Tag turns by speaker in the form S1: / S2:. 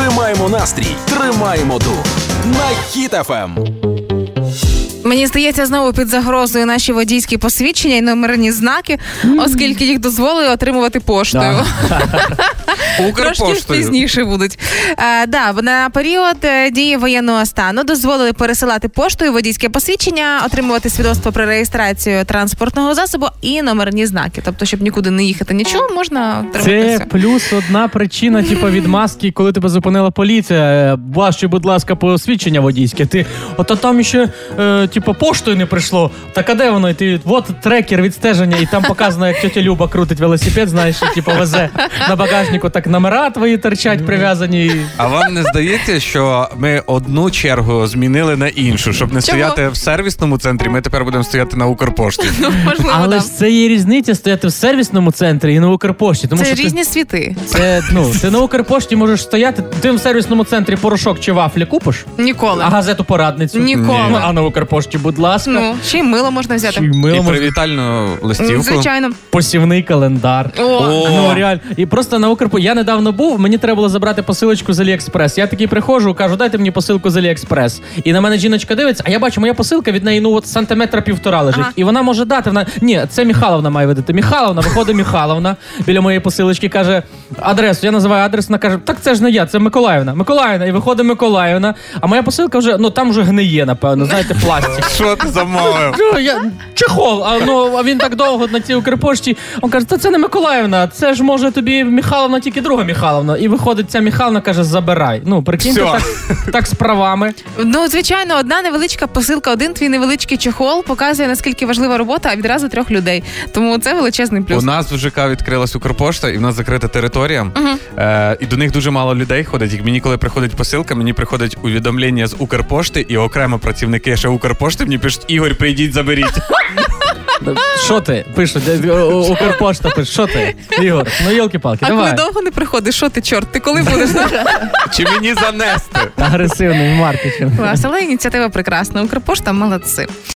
S1: Тримаємо настрій, тримаємо дух на Ем. хітафем.
S2: Мені здається, знову під загрозою наші водійські посвідчення і номерні знаки, оскільки їх дозволили отримувати поштою.
S3: Да.
S2: Трошки пізніше будуть. Е, да, бо на період е, дії воєнного стану дозволили пересилати поштою водійське посвідчення, отримувати свідоцтво про реєстрацію транспортного засобу і номерні знаки. Тобто, щоб нікуди не їхати, нічого можна отримати.
S3: Це
S2: все.
S3: плюс одна причина, типу, відмазки, коли тебе зупинила поліція. Е, Ваше, будь ласка, посвідчення водійське. Ти ото там ще, е, типу, поштою не прийшло. Так а де воно? І ти от трекер відстеження, і там показано, як тетя Люба крутить велосипед, знаєш, і, типу, везе на багажнику, так номера твої торчать прив'язані. і-
S4: А вам не здається, що ми одну чергу змінили на іншу, щоб
S2: Чого?
S4: не стояти в сервісному центрі, ми тепер будемо стояти на Укрпошті.
S2: Ну, можливо,
S3: Але
S2: да.
S3: ж це є різниця стояти в сервісному центрі і на Укрпошті. Тому
S2: це
S3: що ти-
S2: різні світи.
S3: Це ну ти на Укрпошті можеш стояти. Ти в сервісному центрі порошок чи вафлі купиш,
S2: Ніколи.
S3: а газету порадницю
S2: Ніколи.
S3: Ну, А на Укрпошті, будь ласка.
S2: Ну, ще й мило можна взяти.
S3: Чи
S4: І
S3: мило може-
S4: привітальну
S2: М,
S4: листівку.
S2: Звичайно.
S3: посівний календар.
S2: О,
S4: О.
S3: Ну реально. І просто на Укрпо. Я недавно був, мені треба було забрати посилочку з Аліекспрес. Я такий приходжу, кажу, дайте мені посилку з Аліекспрес. І на мене жіночка дивиться, а я бачу, моя посилка від неї ну от сантиметра півтора лежить.
S2: Ага.
S3: І вона може дати. Вона ні, це Міхаловна має видати. Міхаловна, виходить Міхаловна біля моєї посилочки, каже адресу. Я називаю адрес, вона каже, так це ж не я, це Миколаївна. Миколаївна, і виходить Миколаївна. А моя посилка вже ну там вже гниє, напевно, знаєте, пластик.
S4: Що ти замовив?
S3: Ну, я чехол, а ну а він так довго на цій Укрпошті. Він каже: та це не Миколаївна, це ж може тобі Міхаловна, тільки друга Міхаловна. І виходить, ця Міхаловна каже: забирай. Ну, прикиньте,
S4: Всьо.
S3: так, так з правами.
S2: Ну, звичайно, одна невеличка посилка, один твій невеличкий чохол показує, наскільки важлива робота відразу трьох людей. Тому це величезний плюс.
S4: У нас в ЖК відкрилась Укрпошта, і в нас закрита територія. Е, і до них дуже мало людей ходить. Як мені коли приходить посилка, мені приходить увідомлення з Укрпошти, і окремо працівники ще Укрпошти мені пишуть Ігор, прийдіть, заберіть.
S3: Що ти? Пише, де- о- о- Укрпошта пише, що ти? Ігор, ну йолки-палки,
S2: А коли
S3: давай.
S2: довго не приходиш, що ти, чорт? Ти коли будеш?
S4: Чи мені занести?
S3: Агресивний маркетинг.
S2: Клас, але ініціатива прекрасна. Укрпошта молодці.